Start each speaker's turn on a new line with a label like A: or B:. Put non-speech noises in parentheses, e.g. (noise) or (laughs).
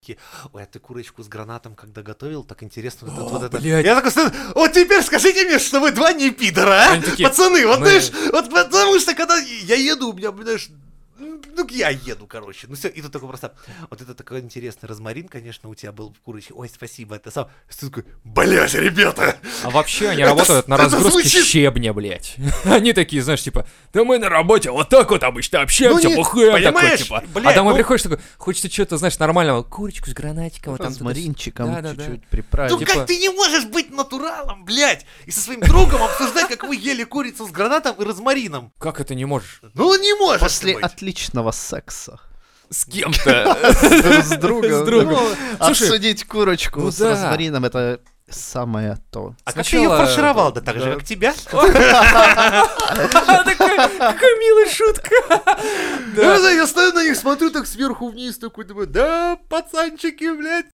A: такие, ой, а ты курочку с гранатом когда готовил, так интересно вот это,
B: О,
A: вот это».
B: блядь.
A: Я такой, стою, вот теперь скажите мне, что вы два не пидора, а?
B: Они такие,
A: Пацаны, вот
B: мы-
A: знаешь, вот потому что когда я еду, у меня, знаешь, ну, я еду, короче. Ну все, и тут такой просто, вот это такой интересный розмарин, конечно, у тебя был в курочке. Ой, спасибо, это сам. И ты такой, блядь, ребята!
B: А вообще они
A: Это
B: работают
A: с-
B: на
A: это
B: разгрузке
A: звучит-
B: щебня, блядь. (laughs) Они такие, знаешь, типа, да мы на работе вот так вот обычно общаемся,
A: нет,
B: бухаем такой,
A: понимаешь,
B: типа. а
A: блядь,
B: домой
A: ну-
B: приходишь такой, хочется что-то, знаешь, нормального, курочку с гранатиком, там
C: с
B: туда-сюда».
C: маринчиком
B: Да-да-да.
C: чуть-чуть
A: Ну
C: приправить.
B: типа-
A: как ты не можешь быть натуралом, блядь? И со своим другом обсуждать, как вы ели курицу с гранатом и розмарином.
B: Как это не можешь?
A: Ну не можешь
C: После
A: быть.
B: (laughs)
C: отличного секса
B: С кем-то.
C: с другом,
B: (laughs) С другом.
C: ну,
B: Слушай,
C: обсудить курочку
B: ну
C: с
B: да.
C: розмарином это самое то.
A: А как ты ее
B: Сначала-
A: фаршировал? Да так же,
C: Да.
A: как тебя.
B: Такая какая милая шутка. Да.
A: Ну, Я стою на них, смотрю так сверху вниз, такой, думаю, да, пацанчики, блядь,